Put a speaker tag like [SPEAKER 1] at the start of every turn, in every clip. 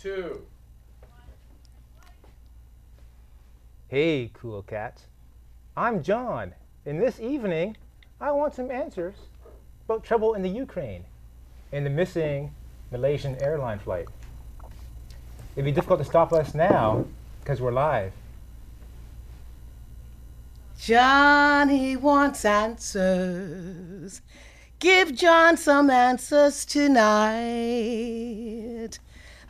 [SPEAKER 1] two.
[SPEAKER 2] Hey, cool cats. I'm John, and this evening I want some answers about trouble in the Ukraine and the missing Malaysian airline flight. It'd be difficult to stop us now because we're live.
[SPEAKER 3] Johnny wants answers. Give John some answers tonight.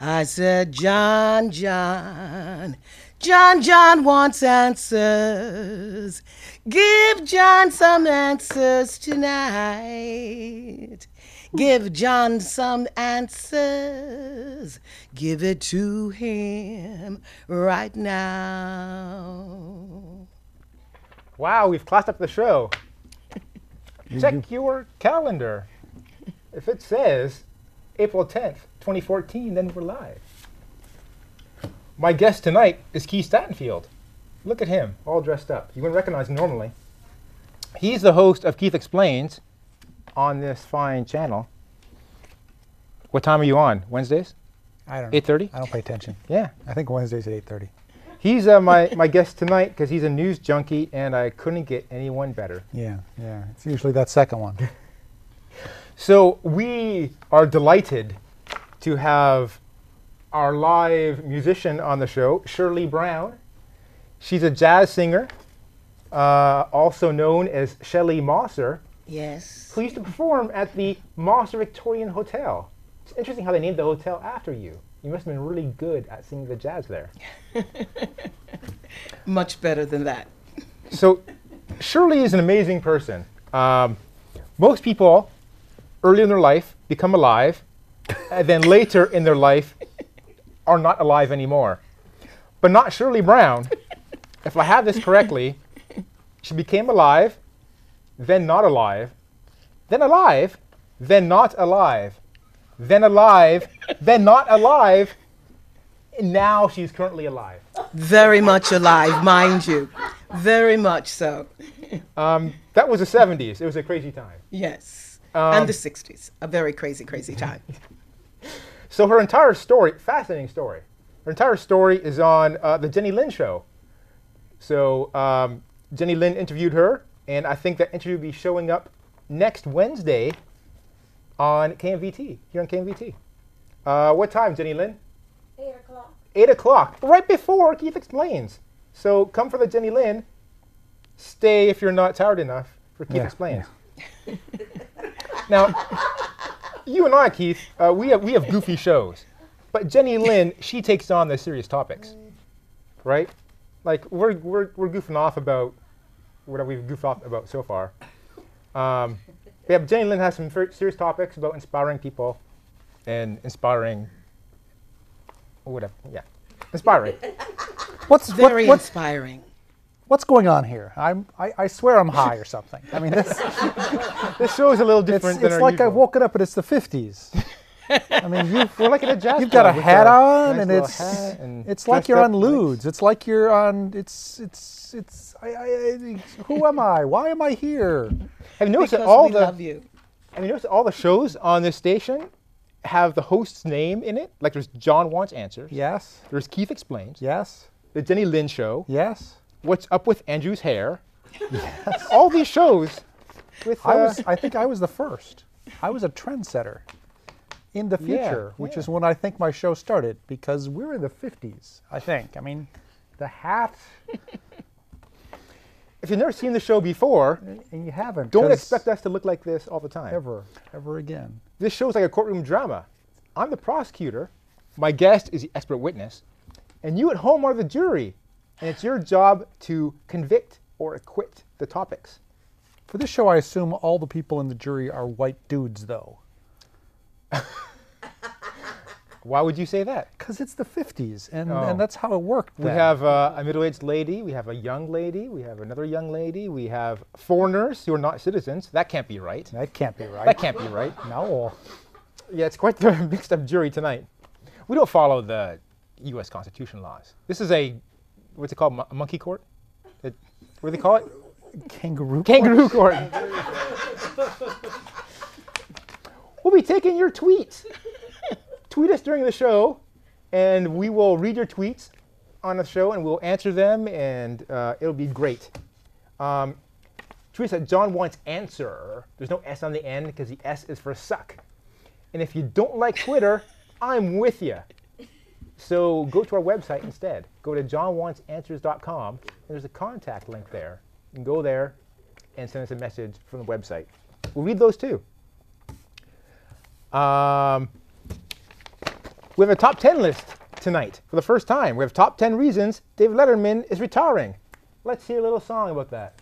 [SPEAKER 3] I said, John, John. John, John wants answers. Give John some answers tonight. Give John some answers. Give it to him right now.
[SPEAKER 2] Wow, we've classed up the show. Check your calendar. If it says April 10th, 2014, then we're live. My guest tonight is Keith Statenfield. Look at him, all dressed up. You wouldn't recognize him normally. He's the host of Keith Explains on this fine channel. What time are you on? Wednesdays?
[SPEAKER 4] I don't know.
[SPEAKER 2] 8:30?
[SPEAKER 4] I don't pay attention.
[SPEAKER 2] Yeah.
[SPEAKER 4] I think Wednesday's at 8.30.
[SPEAKER 2] He's uh, my, my guest tonight because he's a news junkie and I couldn't get anyone better.
[SPEAKER 4] Yeah, yeah. It's usually that second one.
[SPEAKER 2] So we are delighted to have our live musician on the show, Shirley Brown. She's a jazz singer, uh, also known as Shelley Mosser,
[SPEAKER 3] Yes.
[SPEAKER 2] who used to perform at the Mosser Victorian Hotel. It's interesting how they named the hotel after you. You must have been really good at singing the jazz there.
[SPEAKER 3] Much better than that.
[SPEAKER 2] So, Shirley is an amazing person. Um, most people, early in their life, become alive, and then later in their life, are not alive anymore. But not Shirley Brown. If I have this correctly, she became alive, then not alive, then alive, then not alive, then alive, then not alive, and now she's currently alive.
[SPEAKER 3] Very much alive, mind you. Very much so.
[SPEAKER 2] Um, That was the 70s. It was a crazy time.
[SPEAKER 3] Yes. and the 60s. A very crazy, crazy time.
[SPEAKER 2] So her entire story, fascinating story. Her entire story is on uh, the Jenny Lynn show. So um, Jenny Lynn interviewed her, and I think that interview will be showing up next Wednesday on KMVT here on KMVT. Uh, what time, Jenny Lynn?
[SPEAKER 5] Eight o'clock.
[SPEAKER 2] Eight o'clock, right before Keith explains. So come for the Jenny Lynn. Stay if you're not tired enough for Keith
[SPEAKER 4] Yeah,
[SPEAKER 2] explains. now, you and I, Keith, uh, we have we have goofy shows, but Jenny Lynn she takes on the serious topics, right? Like we're we're we're goofing off about whatever we've goofed off about so far. Um, yeah, but Jenny Lynn has some fer- serious topics about inspiring people and inspiring whatever. Yeah, inspiring.
[SPEAKER 4] What's,
[SPEAKER 3] Very
[SPEAKER 4] what, what's,
[SPEAKER 3] inspiring.
[SPEAKER 4] what's going on here? I'm, I, I swear I'm high or something. I mean, this,
[SPEAKER 2] this show is a little
[SPEAKER 4] it's,
[SPEAKER 2] different than
[SPEAKER 4] it's
[SPEAKER 2] our
[SPEAKER 4] like
[SPEAKER 2] usual.
[SPEAKER 4] I've woken up and it's the 50s. I mean, you've,
[SPEAKER 2] We're like at a jazz
[SPEAKER 4] you've got a
[SPEAKER 2] club with
[SPEAKER 4] hat on
[SPEAKER 2] nice
[SPEAKER 4] and
[SPEAKER 2] little
[SPEAKER 4] it's,
[SPEAKER 2] hat and
[SPEAKER 4] it's like
[SPEAKER 2] dressed
[SPEAKER 4] you're
[SPEAKER 2] up
[SPEAKER 4] on
[SPEAKER 2] nice.
[SPEAKER 4] lewds. It's like you're on, it's, it's, it's, I, I, I- who am I? Why am I here?
[SPEAKER 2] Have you noticed that
[SPEAKER 3] Because
[SPEAKER 2] all
[SPEAKER 3] we
[SPEAKER 2] the
[SPEAKER 3] love you.
[SPEAKER 2] have you noticed that all the shows on this station have the host's name in it? Like there's John wants answers.
[SPEAKER 4] Yes,
[SPEAKER 2] There's Keith explains.
[SPEAKER 4] yes,
[SPEAKER 2] The Jenny Lynn show.
[SPEAKER 4] yes.
[SPEAKER 2] What's up with Andrew's hair? all these shows. With
[SPEAKER 4] I
[SPEAKER 2] uh,
[SPEAKER 4] was. I think I was the first. I was a trendsetter in the
[SPEAKER 2] Yeah,
[SPEAKER 4] future, which is
[SPEAKER 2] yeah.
[SPEAKER 4] when I think my show started because we're in the fifties. I think. I mean, the hat,
[SPEAKER 2] if you've never seen the show before,
[SPEAKER 4] and you haven't.
[SPEAKER 2] don't
[SPEAKER 4] 'cause
[SPEAKER 2] expect us to look like this all the time.
[SPEAKER 4] ever, ever again.
[SPEAKER 2] This show's like a courtroom drama. I'm the prosecutor, my guest is the expert witness, and you at home are the jury. And it's your job to convict or acquit the topics.
[SPEAKER 4] For this show, I assume all the people in the jury are white dudes, though,
[SPEAKER 2] Why would you say that?
[SPEAKER 4] because it's the fifties, and
[SPEAKER 2] Oh.
[SPEAKER 4] and that's how it worked.
[SPEAKER 2] We
[SPEAKER 4] then.
[SPEAKER 2] have uh, a middle aged lady, we have a young lady, we have another young lady, we have foreigners who are not citizens. That can't be right.
[SPEAKER 4] That can't be right.
[SPEAKER 2] That can't be right.
[SPEAKER 4] No.
[SPEAKER 2] Yeah, it's quite the mixed up jury tonight. We don't follow the U.S. Constitution laws. This is a, what's it called, Mon- monkey court? It- what do they call it?
[SPEAKER 4] Kangaroo.
[SPEAKER 2] Kangaroo court. we'll be taking your tweets. Tweet us during the show and we will read your tweets on the show, and we'll answer them, and uh, it'll be great. Um, tweets that John wants answer. There's no S on the end because the S is for suck. And if you don't like Twitter, I'm with you. So go to our website instead. Go to johnwantsanswers.com, and there's a contact link there. You can go there and send us a message from the website. We'll read those too. Um, we have a top 10 list tonight for the first time. We have top 10 reasons David Letterman is retiring. Let's hear a little song about that.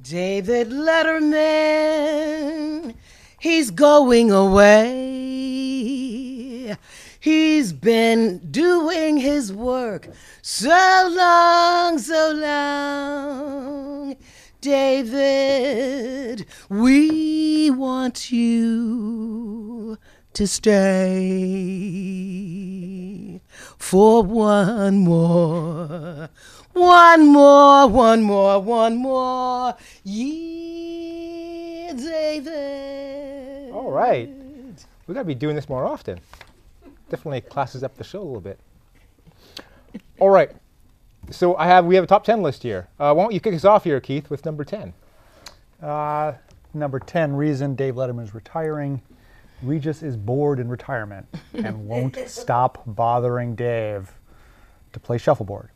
[SPEAKER 3] David Letterman, he's going away. He's been doing his work so long, so long. David, we want you to stay for one more, one more, one more, one more year, David.
[SPEAKER 2] All right. We got to be doing this more often. Definitely classes up the show a little bit. All right. So I have we have a top 10 list here. Uh, why don't you kick us off here, Keith, with number 10?
[SPEAKER 4] Uh, number 10 reason Dave Letterman is retiring. Regis is bored in retirement and won't stop bothering Dave to play shuffleboard.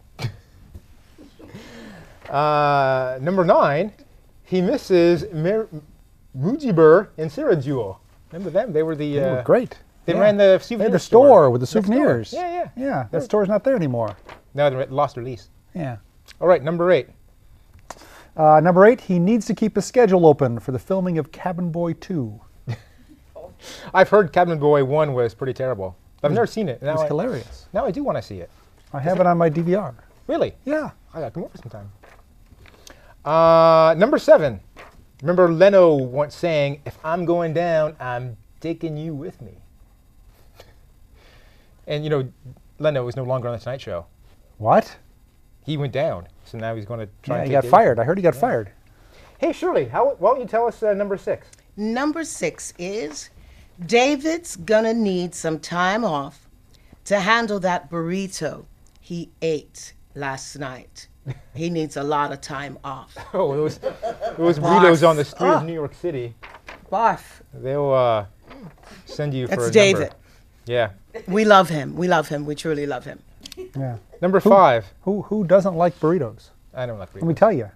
[SPEAKER 2] Uh, number 9, he misses Mer- Mujibur and Sarah Jewel. Remember them? They were the
[SPEAKER 4] They were
[SPEAKER 2] uh,
[SPEAKER 4] great.
[SPEAKER 2] They
[SPEAKER 4] Yeah.
[SPEAKER 2] ran the
[SPEAKER 4] They
[SPEAKER 2] souvenir
[SPEAKER 4] had the store with the
[SPEAKER 2] Next door.
[SPEAKER 4] souvenirs.
[SPEAKER 2] Yeah, yeah.
[SPEAKER 4] Yeah, that store's not there anymore.
[SPEAKER 2] No, they lost their lease.
[SPEAKER 4] Yeah.
[SPEAKER 2] All right, number 8.
[SPEAKER 4] Uh, number eight, he needs to keep his schedule open for the filming of Cabin Boy 2.
[SPEAKER 2] I've heard Cabin Boy 1 was pretty terrible. But I've never seen it. Now
[SPEAKER 4] It's
[SPEAKER 2] I-
[SPEAKER 4] hilarious.
[SPEAKER 2] Now I do want to see it.
[SPEAKER 4] I have it on my DVR.
[SPEAKER 2] Really?
[SPEAKER 4] Yeah.
[SPEAKER 2] I gotta Ah, come over sometime. Uh, number seven. Remember Leno once saying, "If I'm going down, I'm taking you with me." And you know, Leno is no longer on the Tonight Show.
[SPEAKER 4] What?
[SPEAKER 2] He went down, so now he's going to try.
[SPEAKER 4] Yeah,
[SPEAKER 2] and
[SPEAKER 4] he
[SPEAKER 2] take
[SPEAKER 4] got
[SPEAKER 2] David-
[SPEAKER 4] fired. I heard he got fired.
[SPEAKER 2] Hey Shirley, how, why don't you tell us uh, number six?
[SPEAKER 3] Number six is David's gonna need some time off to handle that burrito he ate last night. He needs a lot of time off.
[SPEAKER 2] Oh, those those burritos on the street of
[SPEAKER 3] Ah.
[SPEAKER 2] New York City.
[SPEAKER 3] Barf.
[SPEAKER 2] They'll uh, send you for
[SPEAKER 3] That's
[SPEAKER 2] a
[SPEAKER 3] David.
[SPEAKER 2] number. Yeah,
[SPEAKER 3] We love him. We love him. We truly love him.
[SPEAKER 4] Yeah.
[SPEAKER 2] number five.
[SPEAKER 4] Who, who doesn't like burritos?
[SPEAKER 2] I don't like burritos.
[SPEAKER 4] Let me tell you,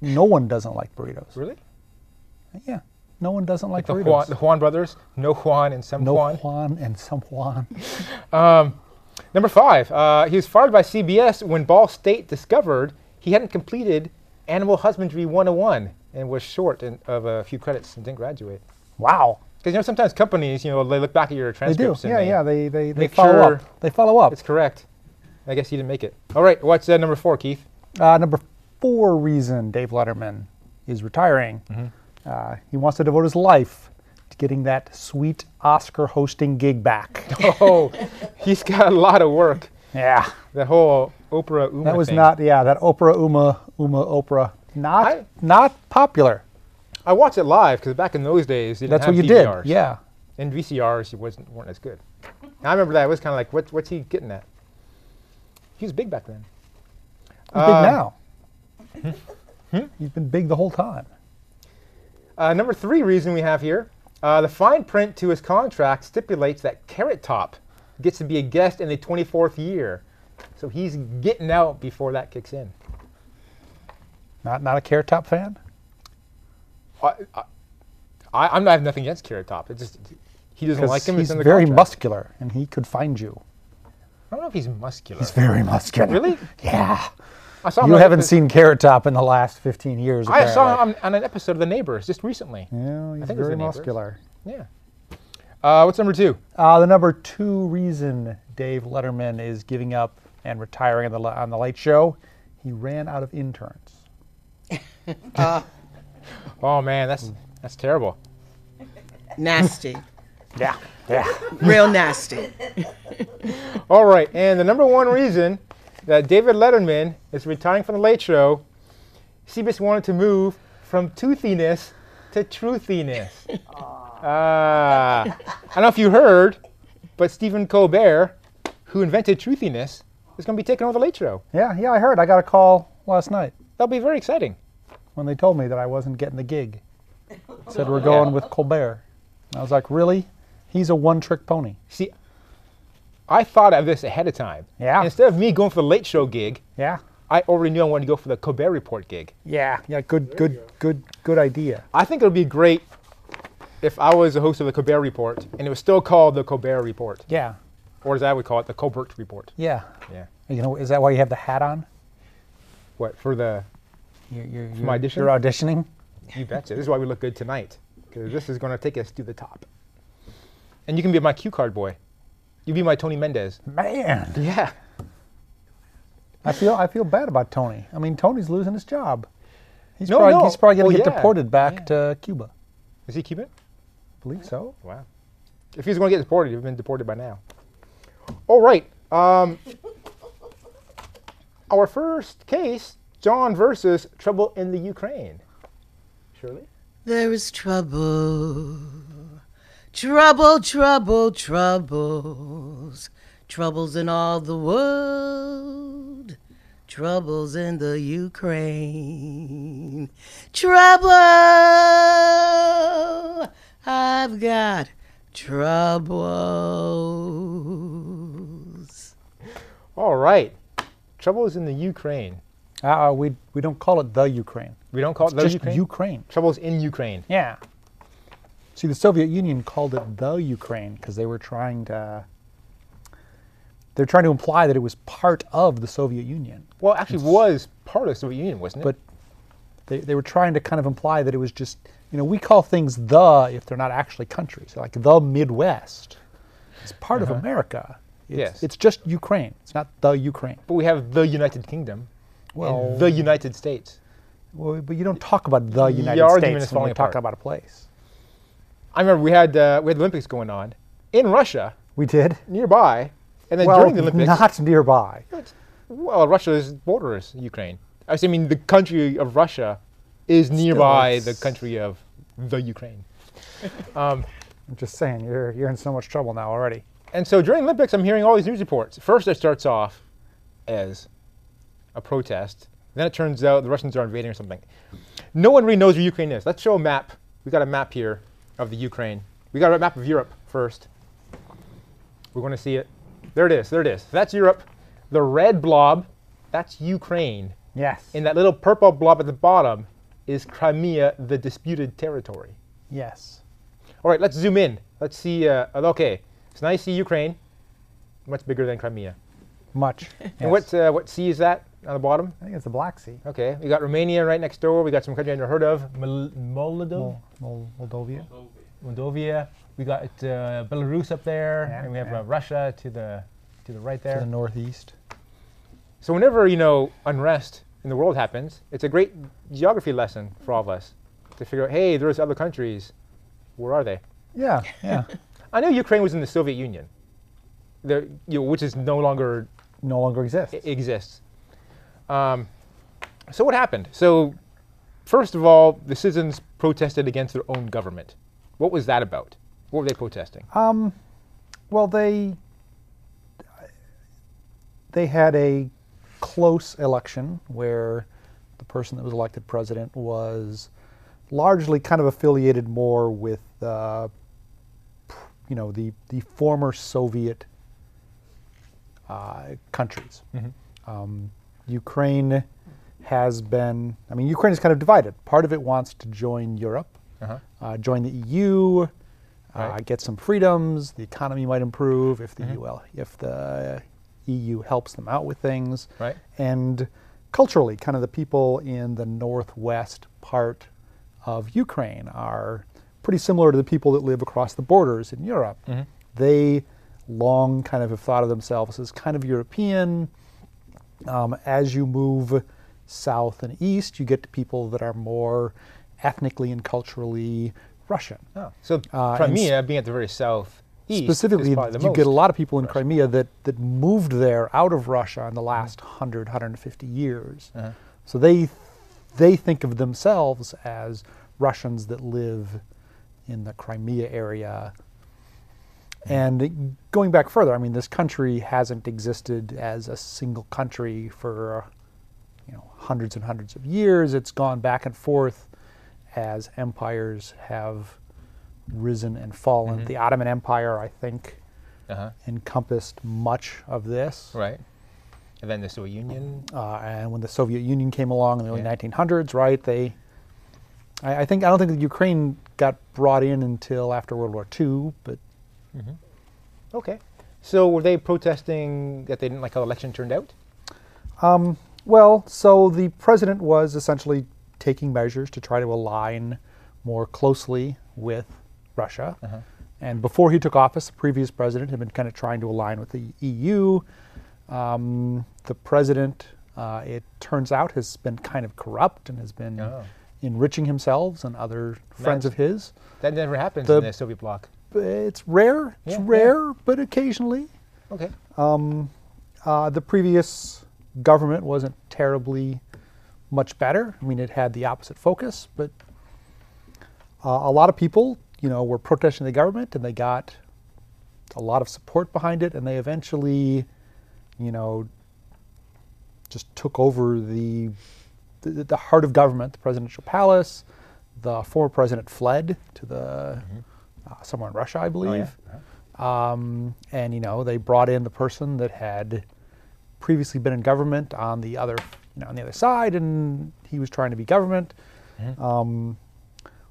[SPEAKER 4] no one doesn't like burritos.
[SPEAKER 2] really?
[SPEAKER 4] Yeah. No one doesn't like
[SPEAKER 2] The
[SPEAKER 4] burritos.
[SPEAKER 2] Juan, the Juan brothers, no Juan and some
[SPEAKER 4] no
[SPEAKER 2] Juan.
[SPEAKER 4] Juan. and some Juan.
[SPEAKER 2] Number five, uh, he was fired by CBS when Ball State discovered he hadn't completed Animal Husbandry 101 and was short in, of a few credits and didn't graduate.
[SPEAKER 4] Wow.
[SPEAKER 2] Because you know sometimes companies, you know, they look back at your
[SPEAKER 4] They do.
[SPEAKER 2] transcripts. and
[SPEAKER 4] Yeah, yeah. They they, they
[SPEAKER 2] make
[SPEAKER 4] follow
[SPEAKER 2] sure
[SPEAKER 4] up. They follow up.
[SPEAKER 2] It's correct. I guess you didn't make it. All right, what's uh, number four, Keith?
[SPEAKER 4] Uh, number four reason Dave Letterman is retiring.
[SPEAKER 2] Mm-hmm.
[SPEAKER 4] Uh, he wants to devote his life to getting that sweet Oscar hosting gig back.
[SPEAKER 2] Oh, he's got a lot of work.
[SPEAKER 4] yeah.
[SPEAKER 2] That whole Oprah Uma
[SPEAKER 4] That was
[SPEAKER 2] thing.
[SPEAKER 4] not, yeah, that Oprah Uma, Uma Oprah. Not,
[SPEAKER 2] I-
[SPEAKER 4] not popular.
[SPEAKER 2] I watched it live because back in those days, you didn't
[SPEAKER 4] That's
[SPEAKER 2] have
[SPEAKER 4] what you
[SPEAKER 2] DVRs.
[SPEAKER 4] did. Yeah.
[SPEAKER 2] And VCRs wasn't weren't as good. And I remember that. It was kind of like, what, what's he getting at? He was big back then.
[SPEAKER 4] He's big now.
[SPEAKER 2] Hmm?
[SPEAKER 4] He's been big the whole time.
[SPEAKER 2] Uh, number three reason we have here uh, the fine print to his contract stipulates that Carrot Top gets to be a guest in the 24th year. So he's getting out before that kicks in.
[SPEAKER 4] Not, not a Carrot Top fan?
[SPEAKER 2] I, I, I, I'm not I have nothing against Carrot Top. It just he doesn't
[SPEAKER 4] 'Cause
[SPEAKER 2] like him.
[SPEAKER 4] he's
[SPEAKER 2] It's in the
[SPEAKER 4] very
[SPEAKER 2] contract.
[SPEAKER 4] muscular, and he could find you.
[SPEAKER 2] I don't know if he's muscular.
[SPEAKER 4] He's very muscular.
[SPEAKER 2] Really?
[SPEAKER 4] Yeah.
[SPEAKER 2] I saw him
[SPEAKER 4] You
[SPEAKER 2] on an
[SPEAKER 4] haven't
[SPEAKER 2] epi-
[SPEAKER 4] seen Carrot Top in the last 15 years.
[SPEAKER 2] I saw
[SPEAKER 4] apparently.
[SPEAKER 2] him on, on an episode of The Neighbors just recently.
[SPEAKER 4] Yeah, he's
[SPEAKER 2] think it was The
[SPEAKER 4] very
[SPEAKER 2] Neighbors.
[SPEAKER 4] muscular.
[SPEAKER 2] Yeah. Uh, what's number two?
[SPEAKER 4] Uh, the number two reason Dave Letterman is giving up and retiring on the, on the Late Show, he ran out of interns.
[SPEAKER 2] Oh man, that's that's terrible.
[SPEAKER 3] Nasty.
[SPEAKER 4] Yeah, yeah.
[SPEAKER 3] Real nasty.
[SPEAKER 2] All right, and the number one reason that David Letterman is retiring from the Late Show, CBS wanted to move from toothiness Uh, to truthiness. Ah, I don't know if you heard, But Stephen Colbert, who invented truthiness, is going to be taking over the Late Show.
[SPEAKER 4] Yeah, yeah, I heard. I got a call last night
[SPEAKER 2] That'll be very exciting.
[SPEAKER 4] when they told me that I wasn't getting the gig. Said we're going with Colbert. And I was like, really? He's a one-trick pony.
[SPEAKER 2] See, I thought of this ahead of time.
[SPEAKER 4] Yeah.
[SPEAKER 2] Instead of me going for the Late Show gig,
[SPEAKER 4] Yeah,
[SPEAKER 2] I already knew I wanted to go for the Colbert Report gig.
[SPEAKER 4] yeah, yeah. Good, good, good, good idea.
[SPEAKER 2] I think it would be great if I was the host of the Colbert Report and it was still called the Colbert Report,
[SPEAKER 4] Yeah,
[SPEAKER 2] or as I would call it, the Colbert Report.
[SPEAKER 4] yeah.
[SPEAKER 2] Yeah.
[SPEAKER 4] You know, is that why you have the hat on?
[SPEAKER 2] What for the?
[SPEAKER 4] You're, you're, you're,
[SPEAKER 2] my audition?
[SPEAKER 4] You're auditioning.
[SPEAKER 2] You betcha. this is why we look good tonight, because this is going to take us to the top. And you can be my cue card boy. You be my Tony Mendez.
[SPEAKER 4] Man,
[SPEAKER 2] Yeah.
[SPEAKER 4] I feel I feel bad about Tony. I mean, Tony's losing his job. He's
[SPEAKER 2] No,
[SPEAKER 4] probably
[SPEAKER 2] no.
[SPEAKER 4] he's probably gonna
[SPEAKER 2] Well,
[SPEAKER 4] get
[SPEAKER 2] yeah.
[SPEAKER 4] deported back to Cuba.
[SPEAKER 2] Is he Cuban?
[SPEAKER 4] I believe so.
[SPEAKER 2] Wow. If he's going to get deported, he'd have been deported by now. All right. Um, our first case John versus Trouble in the Ukraine. Shirley?
[SPEAKER 3] There is trouble, trouble, trouble, troubles, troubles in all the world, troubles in the Ukraine. Trouble, I've got troubles.
[SPEAKER 2] All right. Trouble is in the Ukraine.
[SPEAKER 4] Uh, uh, we we don't call it the Ukraine.
[SPEAKER 2] We don't call it the
[SPEAKER 4] Just
[SPEAKER 2] Ukraine.
[SPEAKER 4] Ukraine.
[SPEAKER 2] Trouble's in Ukraine.
[SPEAKER 4] Yeah. See, the Soviet Union called it the Ukraine because they were trying to. They're trying to imply that it was part of the Soviet Union,
[SPEAKER 2] Well, it actually was part of the Soviet Union, wasn't it?
[SPEAKER 4] but they, they were trying to kind of imply that it was just you know we call things the if they're not actually countries like the Midwest. It's part of America. It's,
[SPEAKER 2] Uh-huh. Yes.
[SPEAKER 4] It's just Ukraine. It's not the Ukraine.
[SPEAKER 2] but we have the United Kingdom
[SPEAKER 4] Well-
[SPEAKER 2] and the United States.
[SPEAKER 4] Well, but you don't talk about the United
[SPEAKER 2] argument is
[SPEAKER 4] States when
[SPEAKER 2] falling
[SPEAKER 4] you're talking
[SPEAKER 2] apart.
[SPEAKER 4] about a place.
[SPEAKER 2] I remember we had uh, we had the Olympics going on in Russia
[SPEAKER 4] We did.
[SPEAKER 2] nearby, and then
[SPEAKER 4] Well,
[SPEAKER 2] during the Olympics,
[SPEAKER 4] not nearby.
[SPEAKER 2] But, well, Russia's border is Ukraine. I s- I mean, the country of Russia is nearby the
[SPEAKER 4] it's-
[SPEAKER 2] country of the Ukraine.
[SPEAKER 4] I'm just saying, you're you're in so much trouble now already.
[SPEAKER 2] And so during Olympics, I'm hearing all these news reports. First, it starts off as a protest. Then it turns out the Russians are invading or something. No one really knows where Ukraine is. Let's show a map. We got a map here of the Ukraine. We got a map of Europe first. We're going to see it. There it is. There it is. That's Europe. The red blob, that's Ukraine.
[SPEAKER 4] Yes.
[SPEAKER 2] And that little purple blob at the bottom is Crimea, the disputed territory.
[SPEAKER 4] yes.
[SPEAKER 2] All right, let's zoom in. Let's see. Uh, okay, so now you see Ukraine, much bigger than Crimea.
[SPEAKER 4] Much.
[SPEAKER 2] And
[SPEAKER 4] Yes.
[SPEAKER 2] what uh, what sea is that on the bottom?
[SPEAKER 4] I think it's the Black Sea.
[SPEAKER 2] Okay, we got Romania right next door. We got some country I never heard of, Mol- Moldova.
[SPEAKER 4] Mol- Mol- Moldova.
[SPEAKER 2] Moldova. We got uh, Belarus up there,
[SPEAKER 4] Yeah,
[SPEAKER 2] and we have
[SPEAKER 4] yeah.
[SPEAKER 2] uh, Russia to the to the right
[SPEAKER 4] To the
[SPEAKER 2] there.
[SPEAKER 4] northeast.
[SPEAKER 2] So whenever you know unrest in the world happens, it's a great geography lesson for all of us to figure out. Hey, there's other countries. Where are they?
[SPEAKER 4] Yeah, yeah.
[SPEAKER 2] I know Ukraine was in the Soviet Union, there, you know, which is no longer
[SPEAKER 4] no longer exists.
[SPEAKER 2] i- exists. Um, so what happened? So first of all, the citizens protested against their own government. What was that about? What were they protesting?
[SPEAKER 4] Uh, Well, they they had a close election where the person that was elected president was largely kind of affiliated more with uh, p- you know the the former Soviet uh, countries.
[SPEAKER 2] Mm-hmm.
[SPEAKER 4] Um, Ukraine has been. I mean, Ukraine is kind of divided. Part of it wants to join Europe,
[SPEAKER 2] Uh-huh.
[SPEAKER 4] uh, join the EU, uh,
[SPEAKER 2] Right. Mm-hmm.
[SPEAKER 4] get some freedoms. The economy might improve if the UL, if the EU helps them out with things.
[SPEAKER 2] Right.
[SPEAKER 4] And culturally, kind of the people in the northwest part of Ukraine are pretty similar to the people that live across the borders in Europe. They long kind of have thought of themselves as kind of European. Um, as you move south and east, you get to people that are more ethnically and culturally Russian.
[SPEAKER 2] Oh. so
[SPEAKER 4] uh, and
[SPEAKER 2] Crimea being at the very south east
[SPEAKER 4] Specifically,
[SPEAKER 2] is
[SPEAKER 4] you
[SPEAKER 2] probably the most.
[SPEAKER 4] get a lot of people in Crimea that, that moved there out of Russia in the last
[SPEAKER 2] Mm-hmm.
[SPEAKER 4] 100, 150 years.
[SPEAKER 2] Uh-huh.
[SPEAKER 4] So they they think of themselves as Russians that live in the Crimea area
[SPEAKER 2] Mm-hmm.
[SPEAKER 4] And going back further, I mean, this country hasn't existed as a single country for you know hundreds and hundreds of years. It's gone back and forth as empires have risen and fallen.
[SPEAKER 2] Mm-hmm.
[SPEAKER 4] The Ottoman Empire, I think,
[SPEAKER 2] Uh-huh.
[SPEAKER 4] encompassed much of this.
[SPEAKER 2] Right. And then the Soviet Union.
[SPEAKER 4] Uh, and when the Soviet Union came along in the early
[SPEAKER 2] Yeah.
[SPEAKER 4] 1900s, right? They, I, I think, I don't think the Ukraine got brought in until after World War II, but
[SPEAKER 2] Okay. So were they protesting that they didn't like how the election turned out?
[SPEAKER 4] Well, so the president was essentially taking measures to try to align more closely with Russia.
[SPEAKER 2] Uh-huh.
[SPEAKER 4] And before he took office, the previous president had been kind of trying to align with the EU. Um, the president, uh, it turns out, has been kind of corrupt and has been
[SPEAKER 2] Oh.
[SPEAKER 4] enriching himself and other friends
[SPEAKER 2] Nice.
[SPEAKER 4] of his.
[SPEAKER 2] That never happens
[SPEAKER 4] The-
[SPEAKER 2] in the Soviet bloc.
[SPEAKER 4] But It's rare,
[SPEAKER 2] Yeah,
[SPEAKER 4] it's
[SPEAKER 2] yeah.
[SPEAKER 4] rare, but occasionally.
[SPEAKER 2] Okay.
[SPEAKER 4] Uh, the previous government wasn't terribly much better. I mean, it had the opposite focus, but uh, a lot of people, you know, were protesting the government and they got a lot of support behind it, and they eventually, you know, just took over the the, the heart of government, the presidential palace. The former president fled to the uh, somewhere in Russia, I believe. Um, and you know they brought in the person that had previously been in government on the other, you know, on the other side, and he was trying to be government.
[SPEAKER 2] Mm-hmm.
[SPEAKER 4] Um,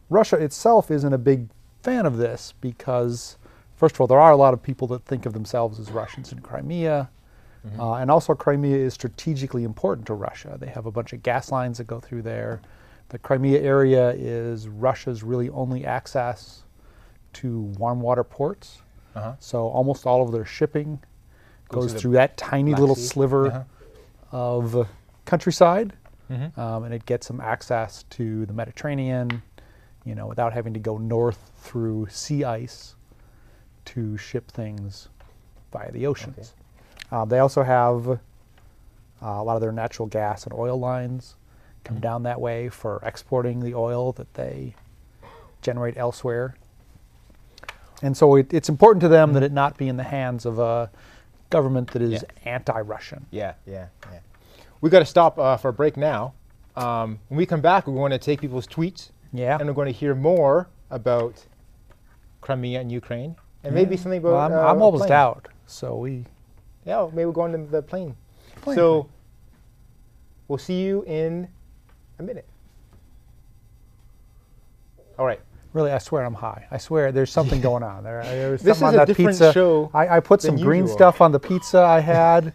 [SPEAKER 4] Russia itself isn't a big fan of this because, first of all, there are a lot of people that think of themselves as Russians in Crimea,
[SPEAKER 2] Mm-hmm.
[SPEAKER 4] uh, and also Crimea is strategically important to Russia. They have a bunch of gas lines that go through there. The Crimea area is Russia's really only access to warm water ports.
[SPEAKER 2] Uh-huh.
[SPEAKER 4] So almost all of their shipping
[SPEAKER 2] Goes
[SPEAKER 4] goes,
[SPEAKER 2] through the
[SPEAKER 4] through that tiny
[SPEAKER 2] Black
[SPEAKER 4] little
[SPEAKER 2] Sea.
[SPEAKER 4] sliver
[SPEAKER 2] Uh-huh.
[SPEAKER 4] of countryside,
[SPEAKER 2] Mhm.
[SPEAKER 4] um, and it gets them access to the Mediterranean, you know, without having to go north through sea ice to ship things via the oceans. Uh, they also have uh, a lot of their natural gas and oil lines come down that way for exporting the oil that they generate elsewhere. And so it, it's important to them that it not be in the hands of a government that is anti-Russian.
[SPEAKER 2] Yeah, yeah, yeah. We got to stop uh, for a break now. Um, when we come back, we want to take people's tweets.
[SPEAKER 4] Yeah.
[SPEAKER 2] And we're going to hear more about Crimea and Ukraine, and maybe something about.
[SPEAKER 4] Well, I'm,
[SPEAKER 2] uh,
[SPEAKER 4] I'm
[SPEAKER 2] a
[SPEAKER 4] almost
[SPEAKER 2] plane.
[SPEAKER 4] out, so we.
[SPEAKER 2] Yeah, well, maybe we'll go on the, the plane.
[SPEAKER 4] Plane,
[SPEAKER 2] So
[SPEAKER 4] plane.
[SPEAKER 2] we'll see you in a minute. All right.
[SPEAKER 4] Really, I swear I'm high. I swear there's something going on. There, there was
[SPEAKER 2] This is
[SPEAKER 4] something on
[SPEAKER 2] a
[SPEAKER 4] that
[SPEAKER 2] different
[SPEAKER 4] pizza.
[SPEAKER 2] show
[SPEAKER 4] I, I put
[SPEAKER 2] than
[SPEAKER 4] some green
[SPEAKER 2] usual.
[SPEAKER 4] stuff on the pizza I had,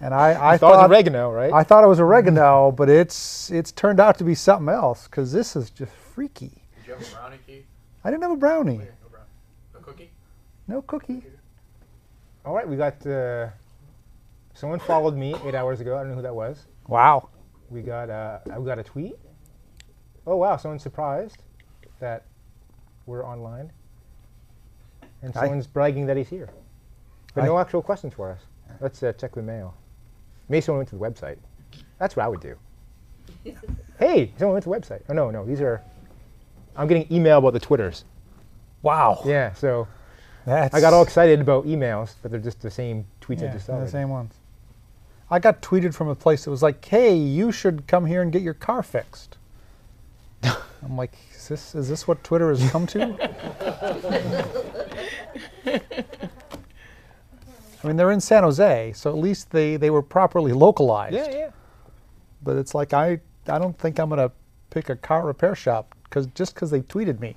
[SPEAKER 4] and I, I
[SPEAKER 2] I thought, it was oregano, right?
[SPEAKER 4] I thought it was oregano, but it's it's turned out to be something else because this is just freaky.
[SPEAKER 1] Did you have a brownie, Keith?
[SPEAKER 4] I didn't have a brownie,
[SPEAKER 1] Yeah, no brownie. A cookie?
[SPEAKER 4] no cookie.
[SPEAKER 2] All right, we got. Uh, someone followed me eight hours ago. I don't know who that was.
[SPEAKER 4] Wow.
[SPEAKER 2] We got uh, I got a tweet. Oh wow, someone's surprised that we're online, and
[SPEAKER 4] Hi.
[SPEAKER 2] someone's bragging that he's here, but
[SPEAKER 4] Hi.
[SPEAKER 2] no actual questions for us. Let's uh, check the mail. Maybe someone went to the website. That's what I would do. hey, someone went to the website. Oh no, no, these are. I'm getting email about the twitters.
[SPEAKER 4] Wow.
[SPEAKER 2] Yeah, so
[SPEAKER 4] That's,
[SPEAKER 2] I got all excited about emails, but they're just the same tweets I
[SPEAKER 4] yeah,
[SPEAKER 2] just saw.
[SPEAKER 4] the same ones. I got tweeted from a place that was like, "Hey, you should come here and get your car fixed." I'm like, "Is this is this what Twitter has come to?" I mean, they're in San Jose, so at least they, they were properly localized.
[SPEAKER 2] Yeah, yeah.
[SPEAKER 4] But it's like I I don't think I'm gonna pick a car repair shop because just because they tweeted me.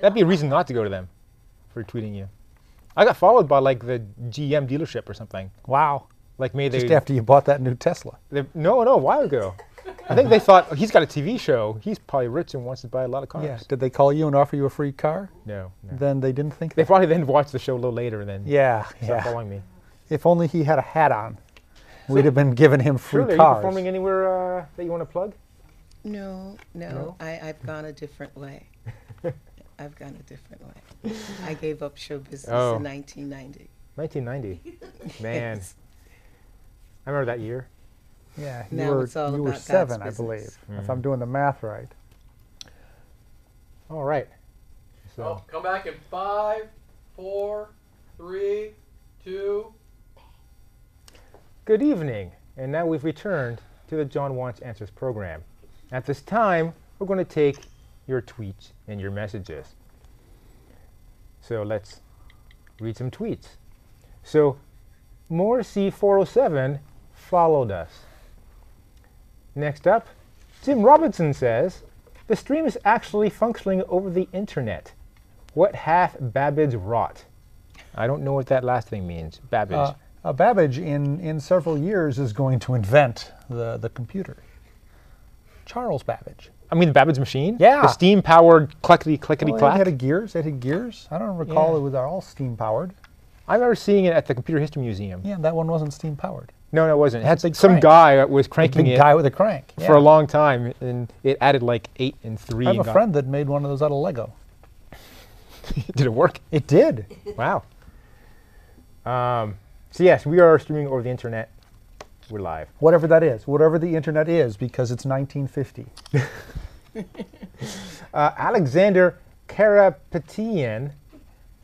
[SPEAKER 2] That'd be a reason not to go to them for tweeting you. I got followed by like the GM dealership or something.
[SPEAKER 4] Wow.
[SPEAKER 2] Like maybe
[SPEAKER 4] Just
[SPEAKER 2] they,
[SPEAKER 4] after you bought that new Tesla.
[SPEAKER 2] they no no a while ago. I think they thought "Oh, he's got a TV show. He's probably rich and wants to buy a lot of cars.
[SPEAKER 4] Yeah. Did they call you and offer you a free car?
[SPEAKER 2] No, no.
[SPEAKER 4] Then they didn't think
[SPEAKER 2] They
[SPEAKER 4] that.
[SPEAKER 2] probably then watched the show a little later and then
[SPEAKER 4] Yeah.
[SPEAKER 2] stopped
[SPEAKER 4] Yeah.
[SPEAKER 2] following me.
[SPEAKER 4] If only he had a hat on, we'd have been giving him free
[SPEAKER 2] Sure, are you
[SPEAKER 4] cars.
[SPEAKER 2] performing anywhere uh, that you want to plug?
[SPEAKER 3] No, no,
[SPEAKER 2] No?
[SPEAKER 3] I, I've gone a different way. I've gone a different way. I gave up show business
[SPEAKER 2] Oh.
[SPEAKER 3] in 1990.
[SPEAKER 2] 1990. Man,
[SPEAKER 3] Yes.
[SPEAKER 2] I remember that year.
[SPEAKER 4] yeah. You
[SPEAKER 3] Now
[SPEAKER 4] were
[SPEAKER 3] it's all
[SPEAKER 4] you were
[SPEAKER 3] about God's
[SPEAKER 4] seven, I
[SPEAKER 3] business.
[SPEAKER 4] believe,
[SPEAKER 2] Hmm.
[SPEAKER 4] if I'm doing the math right.
[SPEAKER 2] All right. So Oh.
[SPEAKER 1] Oh, come back in five, four, three, two.
[SPEAKER 2] Good evening, and now we've returned to the John Wants Answers program. At this time, we're going to take your tweets and your messages. So let's read some tweets. So, Morrissey407 followed us. Next up, Jim Robinson says, The stream is actually functioning over the internet. What hath Babbage wrought? I don't know what that last thing means. Babbage.
[SPEAKER 4] Uh, uh, Babbage, in, in several years, is going to invent the, the computer. Charles Babbage.
[SPEAKER 2] I mean, the Babbage machine?
[SPEAKER 4] Yeah.
[SPEAKER 2] The steam powered clickety clickety
[SPEAKER 4] Well, Oh, it
[SPEAKER 2] clack.
[SPEAKER 4] had a gears. It had gears. I don't recall
[SPEAKER 2] Yeah.
[SPEAKER 4] it was all steam powered.
[SPEAKER 2] I remember seeing it at the Computer History Museum.
[SPEAKER 4] Yeah, that one wasn't steam powered.
[SPEAKER 2] No, no, it wasn't. It had
[SPEAKER 4] big
[SPEAKER 2] some
[SPEAKER 4] crank.
[SPEAKER 2] guy was
[SPEAKER 4] Big
[SPEAKER 2] cranking it
[SPEAKER 4] guy with a crank.
[SPEAKER 2] for
[SPEAKER 4] yeah.
[SPEAKER 2] a long time, and it added like eight and three.
[SPEAKER 4] I have
[SPEAKER 2] and
[SPEAKER 4] a
[SPEAKER 2] got-
[SPEAKER 4] friend that made one of those out of Lego.
[SPEAKER 2] Did it work?
[SPEAKER 4] It did.
[SPEAKER 2] Wow. Um, so yes, we are streaming over the internet. We're live.
[SPEAKER 4] Whatever that is, whatever the internet is, because it's 1950.
[SPEAKER 2] Uh, Alexander Karapetian,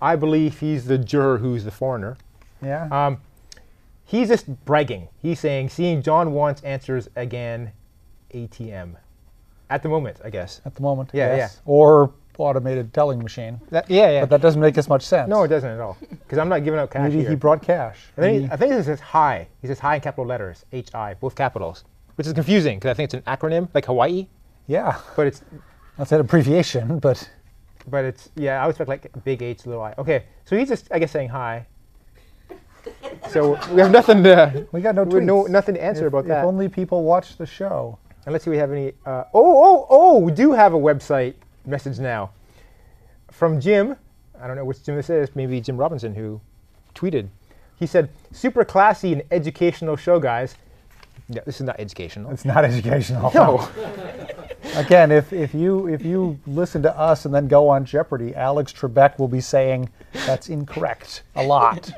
[SPEAKER 2] I believe he's the juror who's the foreigner.
[SPEAKER 4] Yeah.
[SPEAKER 2] He's just bragging. He's saying, "Seeing John wants answers again, ATM." At the moment, I guess.
[SPEAKER 4] at the moment.
[SPEAKER 2] yeah,
[SPEAKER 4] yes. Or automated telling machine.
[SPEAKER 2] That- yeah, yeah.
[SPEAKER 4] But that doesn't make as much sense.
[SPEAKER 2] no, it doesn't at all. Because I'm not giving up cash.
[SPEAKER 4] Maybe
[SPEAKER 2] here.
[SPEAKER 4] he brought cash.
[SPEAKER 2] I think,
[SPEAKER 4] Maybe-
[SPEAKER 2] I think it says hi. He says hi in capital letters, H I, both capitals, which is confusing because I think it's an acronym like Hawaii,
[SPEAKER 4] yeah,
[SPEAKER 2] but it's
[SPEAKER 4] that's an abbreviation, but
[SPEAKER 2] but it's yeah. I always expect like big H, little I. Okay, so he's just I guess saying hi. So we have nothing to
[SPEAKER 4] we got no
[SPEAKER 2] we
[SPEAKER 4] tweets.
[SPEAKER 2] no nothing to answer
[SPEAKER 4] if,
[SPEAKER 2] about that.
[SPEAKER 4] If only people watch the show.
[SPEAKER 2] And let's see, we have any. Uh, oh, oh, oh! We do have a website message now from Jim. I don't know which Jim this is. Maybe Jim Robinson who tweeted. He said, "Super classy and educational show, guys." No, this is not educational.
[SPEAKER 4] It's not educational.
[SPEAKER 2] No.
[SPEAKER 4] Again, if, if you if you listen to us and then go on Jeopardy, Alex Trebek will be saying that's incorrect a lot.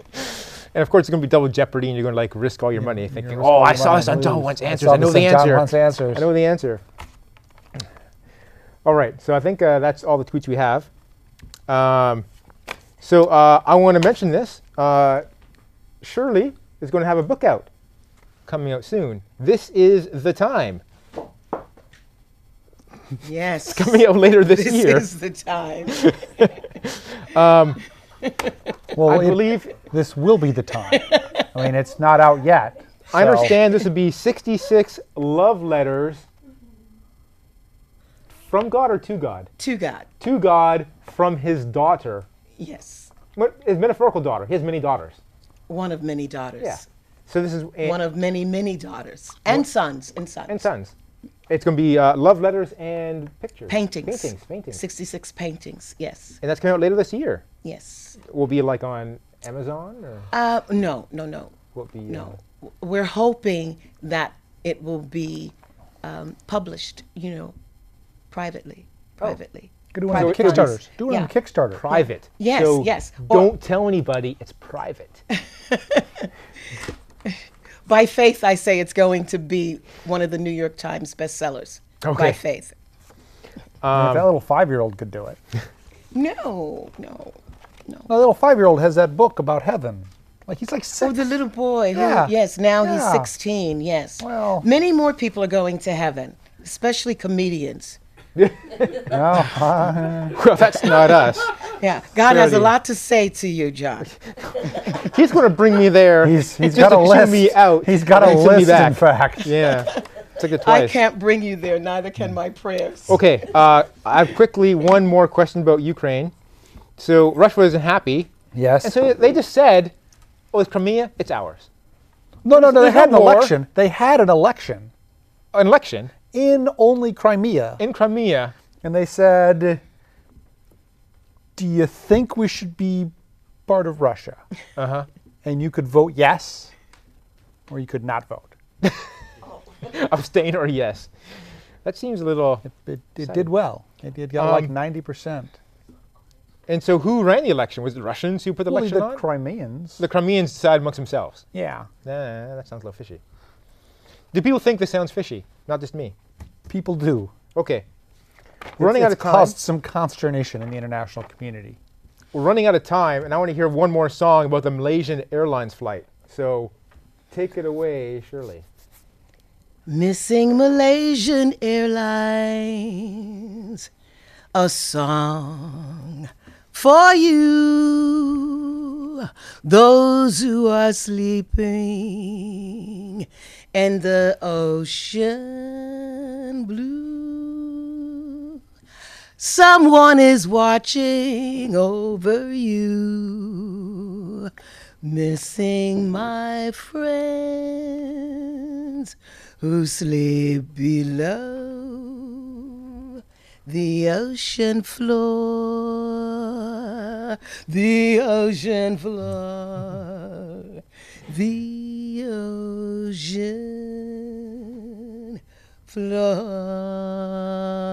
[SPEAKER 2] And of course, it's going to be double jeopardy, and you're going to like risk all your money, thinking,
[SPEAKER 4] risk
[SPEAKER 2] "Oh,
[SPEAKER 4] all
[SPEAKER 2] I
[SPEAKER 4] your
[SPEAKER 2] saw
[SPEAKER 4] money
[SPEAKER 2] this on
[SPEAKER 4] and
[SPEAKER 2] John
[SPEAKER 4] lose.
[SPEAKER 2] Wants
[SPEAKER 4] I
[SPEAKER 2] Answers.
[SPEAKER 4] saw
[SPEAKER 2] I know
[SPEAKER 4] this
[SPEAKER 2] the
[SPEAKER 4] on John
[SPEAKER 2] answer.
[SPEAKER 4] Wants Answers."
[SPEAKER 2] I know the answer." All right, so I think uh, that's all the tweets we have. Um, so uh, I want to mention this. Uh, Shirley is going to have a book out coming out soon. This is the time
[SPEAKER 3] Yes.
[SPEAKER 2] coming out later this,
[SPEAKER 3] this
[SPEAKER 2] year.
[SPEAKER 3] is the time.
[SPEAKER 4] Well,
[SPEAKER 2] I
[SPEAKER 4] it-
[SPEAKER 2] believe
[SPEAKER 4] this will be the time. I mean, it's not out yet.
[SPEAKER 2] I
[SPEAKER 4] so-
[SPEAKER 2] understand this would be 66 love letters from God or to God.
[SPEAKER 3] to God.
[SPEAKER 2] to God from his daughter,
[SPEAKER 3] Yes.
[SPEAKER 2] what- his metaphorical daughter. He has many daughters.
[SPEAKER 3] One of many daughters.
[SPEAKER 2] Yeah. So this is and,
[SPEAKER 3] One of many, many daughters. And sons. And sons.
[SPEAKER 2] and sons. It's going to be uh, love letters and pictures,
[SPEAKER 3] Paintings.
[SPEAKER 2] paintings, paintings,
[SPEAKER 3] 66 paintings. Yes.
[SPEAKER 2] and that's coming out later this year.
[SPEAKER 3] Yes.
[SPEAKER 2] Will be like on Amazon or
[SPEAKER 3] Uh, no, no, no.
[SPEAKER 2] will it be? uh,
[SPEAKER 3] No. We're hoping that it will be um, published, you know, privately. Privately.
[SPEAKER 4] Could do it on
[SPEAKER 2] Private
[SPEAKER 4] Kickstarters.
[SPEAKER 2] parties.
[SPEAKER 4] Do it on
[SPEAKER 3] Yeah.
[SPEAKER 2] uh,
[SPEAKER 4] Kickstarter.
[SPEAKER 2] private.
[SPEAKER 3] Yes,
[SPEAKER 2] So
[SPEAKER 3] yes. Or-
[SPEAKER 2] Don't tell anybody. It's private.
[SPEAKER 3] By faith, I say it's going to be one of the New York Times bestsellers.
[SPEAKER 2] Okay.
[SPEAKER 3] By faith.
[SPEAKER 4] I mean, if that little five-year-old could do it.
[SPEAKER 3] No, no, no.
[SPEAKER 4] The little five-year-old has that book about heaven. Like he's like six.
[SPEAKER 3] Oh, the little boy. Who,
[SPEAKER 4] Yeah.
[SPEAKER 3] Yes, now he's
[SPEAKER 4] Yeah.
[SPEAKER 3] 16. Yes.
[SPEAKER 4] Well-
[SPEAKER 3] Many more people are going to heaven, especially comedians.
[SPEAKER 4] No, huh?
[SPEAKER 2] well, that's not us.
[SPEAKER 3] Yeah. God has a
[SPEAKER 2] Surely.
[SPEAKER 3] lot to say to you, John.
[SPEAKER 2] He's going to bring me there.
[SPEAKER 4] he's he's
[SPEAKER 2] just
[SPEAKER 4] got
[SPEAKER 2] to
[SPEAKER 4] a
[SPEAKER 2] chew
[SPEAKER 4] list.
[SPEAKER 2] me out.
[SPEAKER 4] He's got a
[SPEAKER 2] and send me
[SPEAKER 4] list. In
[SPEAKER 2] back.
[SPEAKER 4] fact,
[SPEAKER 2] Yeah. It's like the
[SPEAKER 3] I
[SPEAKER 2] twice.
[SPEAKER 3] can't bring you there, neither can my prayers.
[SPEAKER 2] Okay, uh, I have quickly one more question about Ukraine. So Russia isn't happy, and
[SPEAKER 4] yes.
[SPEAKER 2] so they just said, "Oh, it's Crimea, it's ours."
[SPEAKER 4] No, no, no. They
[SPEAKER 2] There's no
[SPEAKER 4] had an
[SPEAKER 2] war.
[SPEAKER 4] election. They had an election
[SPEAKER 2] An election
[SPEAKER 4] in only Crimea,
[SPEAKER 2] in Crimea.
[SPEAKER 4] and they said, "Do you think we should be part of Russia?" Uh huh.
[SPEAKER 2] Uh-huh.
[SPEAKER 4] And you could vote yes, or you could not vote.
[SPEAKER 2] Abstain or yes? That seems a little.
[SPEAKER 4] It, it did well. It, it got like
[SPEAKER 2] Um,
[SPEAKER 4] ninety percent.
[SPEAKER 2] And so, who ran the election? Was it the Russians who put the
[SPEAKER 4] Only
[SPEAKER 2] election
[SPEAKER 4] the
[SPEAKER 2] on?
[SPEAKER 4] Crimeans.
[SPEAKER 2] the Crimeans decide amongst themselves.
[SPEAKER 4] yeah.
[SPEAKER 2] Nah, that sounds a little fishy. Do people think this sounds fishy? Not just me.
[SPEAKER 4] People do.
[SPEAKER 2] Okay, running
[SPEAKER 4] it's,
[SPEAKER 2] out
[SPEAKER 4] it's
[SPEAKER 2] of time.
[SPEAKER 4] caused some consternation in the international community.
[SPEAKER 2] We're running out of time, and I want to hear one more song about the Malaysian Airlines flight. So take it away, Shirley.
[SPEAKER 3] Missing Malaysian Airlines, a song for you, those who are sleeping in the ocean blue. Someone is watching over you, missing my friends who sleep below the ocean floor, the ocean floor, the ocean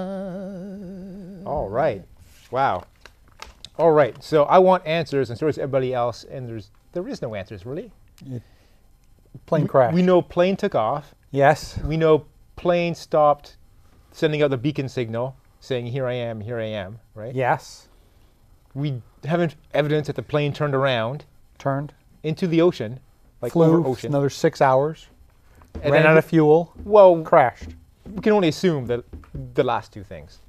[SPEAKER 3] floor.
[SPEAKER 2] All right. Wow. All right. So I want answers, and so does everybody else. And there's there is no answers really.
[SPEAKER 4] Plane crash.
[SPEAKER 2] We know plane took off.
[SPEAKER 4] yes.
[SPEAKER 2] We know plane stopped, sending out the beacon signal saying "Here I am, here I am." Right.
[SPEAKER 4] Yes.
[SPEAKER 2] We haven't evidence that the plane turned around
[SPEAKER 4] Turned.
[SPEAKER 2] into the ocean, like
[SPEAKER 4] flew
[SPEAKER 2] over ocean.
[SPEAKER 4] another six hours.
[SPEAKER 2] and
[SPEAKER 4] ran
[SPEAKER 2] then-
[SPEAKER 4] out of fuel.
[SPEAKER 2] Well,
[SPEAKER 4] Crashed.
[SPEAKER 2] we can only assume that the last two things.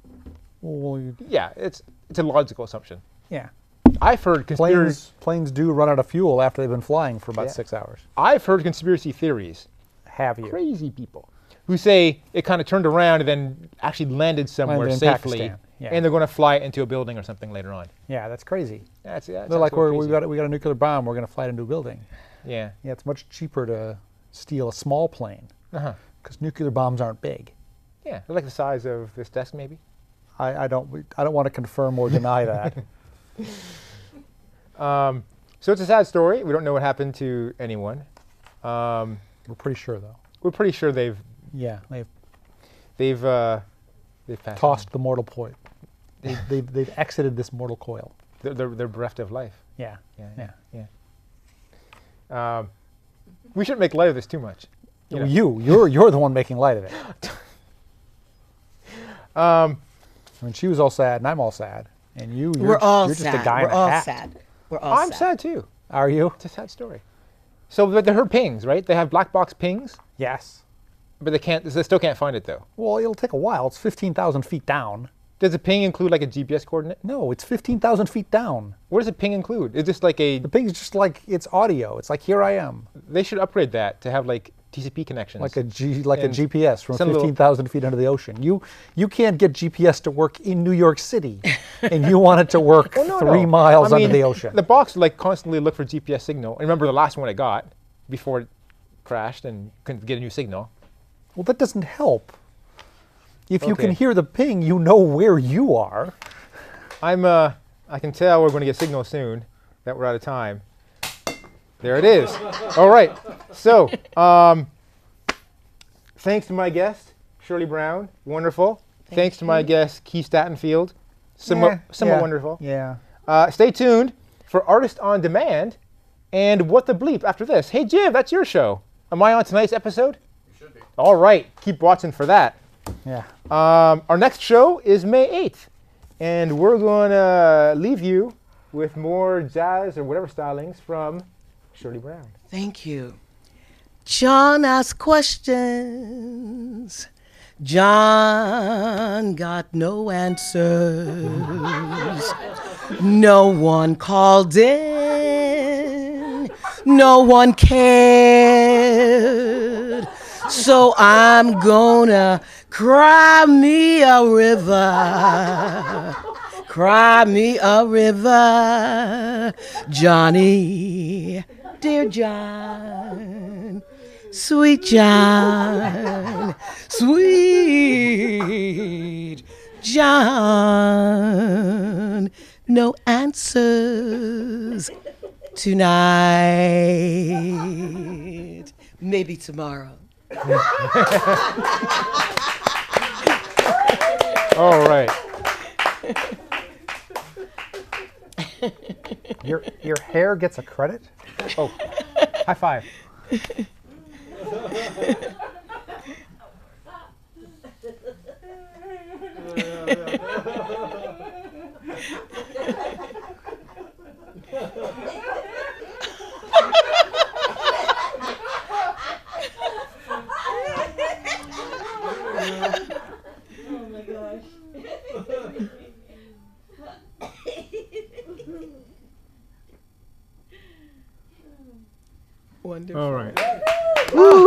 [SPEAKER 4] Well, you-
[SPEAKER 2] Yeah, it's it's a logical assumption.
[SPEAKER 4] yeah.
[SPEAKER 2] I've heard conspiracy.
[SPEAKER 4] Planes, planes do run out of fuel after they've been flying for about
[SPEAKER 2] Yeah.
[SPEAKER 4] six hours.
[SPEAKER 2] I've heard conspiracy theories.
[SPEAKER 4] Have you?
[SPEAKER 2] Crazy people who say it kind of turned around and then actually landed somewhere
[SPEAKER 4] Landed in
[SPEAKER 2] safely,
[SPEAKER 4] Pakistan, yeah.
[SPEAKER 2] and they're going to fly it into a building or something later on.
[SPEAKER 4] Yeah, that's crazy.
[SPEAKER 2] That's, that's
[SPEAKER 4] They're like,
[SPEAKER 2] absolute
[SPEAKER 4] we're, we
[SPEAKER 2] crazy.
[SPEAKER 4] got a- we got a nuclear bomb. We're going to fly it into a building.
[SPEAKER 2] Yeah.
[SPEAKER 4] Yeah, it's much cheaper to steal a small plane
[SPEAKER 2] Uh-huh.
[SPEAKER 4] because nuclear bombs aren't big.
[SPEAKER 2] Yeah, they're like the size of this desk, maybe.
[SPEAKER 4] I, I don't I don't want to confirm or deny that.
[SPEAKER 2] So it's a sad story. We don't know what happened to anyone. Um,
[SPEAKER 4] We're pretty sure though.
[SPEAKER 2] we're pretty sure they've
[SPEAKER 4] Yeah, they've
[SPEAKER 2] they've uh, they've passed. on.
[SPEAKER 4] tossed the mortal coil. They, they've, they've exited this mortal coil.
[SPEAKER 2] They're, they're, they're bereft of life.
[SPEAKER 4] Yeah.
[SPEAKER 2] Yeah,
[SPEAKER 4] Yeah.
[SPEAKER 2] yeah. yeah. Um, we shouldn't make light of this too much. You
[SPEAKER 4] You,
[SPEAKER 2] know.
[SPEAKER 4] you're you're the one making light of it. um,
[SPEAKER 2] Um,
[SPEAKER 4] I mean, she was all sad, and I'm all sad, and you you're,
[SPEAKER 3] We're
[SPEAKER 4] just-
[SPEAKER 3] all
[SPEAKER 4] you're just
[SPEAKER 3] sad.
[SPEAKER 4] a guy in
[SPEAKER 3] We're
[SPEAKER 4] a
[SPEAKER 3] all
[SPEAKER 4] hat.
[SPEAKER 3] sad. We're all
[SPEAKER 2] I'm sad too.
[SPEAKER 4] Are you?
[SPEAKER 2] It's a sad story. So but they heard pings, right? They have black box pings,
[SPEAKER 4] Yes.
[SPEAKER 2] but they can't. They still can't find it though.
[SPEAKER 4] Well, it'll take a while. It's fifteen thousand feet down.
[SPEAKER 2] Does a ping include like a GPS coordinate?
[SPEAKER 4] No, it's fifteen thousand feet down.
[SPEAKER 2] What does a ping include? Is this like a?
[SPEAKER 4] The ping's just like it's audio. It's like here I am,
[SPEAKER 2] They should upgrade that to have like TCP connections.
[SPEAKER 4] like a G, like a
[SPEAKER 2] And
[SPEAKER 4] GPS from
[SPEAKER 2] send a little-
[SPEAKER 4] fifteen thousand feet under the ocean. You you can't get GPS to work in New York City, and you want it to work
[SPEAKER 2] Well, no,
[SPEAKER 4] three
[SPEAKER 2] no.
[SPEAKER 4] miles
[SPEAKER 2] I
[SPEAKER 4] under
[SPEAKER 2] mean,
[SPEAKER 4] the ocean.
[SPEAKER 2] The box would, like constantly look for GPS signal. And remember the last one I got before it crashed and couldn't get a new signal.
[SPEAKER 4] Well, that doesn't help. If you can
[SPEAKER 2] Okay.
[SPEAKER 4] hear the ping, you know where you are.
[SPEAKER 2] I'm uh I can tell we're going to get signal soon that we're out of time. There it is. All right. So, um thanks to my guest, Shirley Brown, wonderful. thanks to my guest, Keith Statenfield, somewhat
[SPEAKER 4] Yeah,
[SPEAKER 2] somewhat
[SPEAKER 4] yeah,
[SPEAKER 2] wonderful.
[SPEAKER 4] Yeah.
[SPEAKER 2] Uh, stay tuned for Artist on Demand and What the Bleep after this. Hey Jim, that's your show. Am I on tonight's episode?
[SPEAKER 1] You should be.
[SPEAKER 2] All right. Keep watching for that.
[SPEAKER 4] Yeah.
[SPEAKER 2] Um, our next show is May 8th, and we're going to leave you with more jazz or whatever stylings from Shirley Brown.
[SPEAKER 3] Thank you. John asked questions. John got no answers. No one called in. No one cared. So I'm gonna cry me a river. Cry me a river, Johnny, dear John, sweet John, sweet John. No answers tonight, maybe tomorrow.
[SPEAKER 2] All right.
[SPEAKER 4] Your your hair gets a credit.
[SPEAKER 2] Oh, high five.
[SPEAKER 6] Wonderful.
[SPEAKER 4] All right.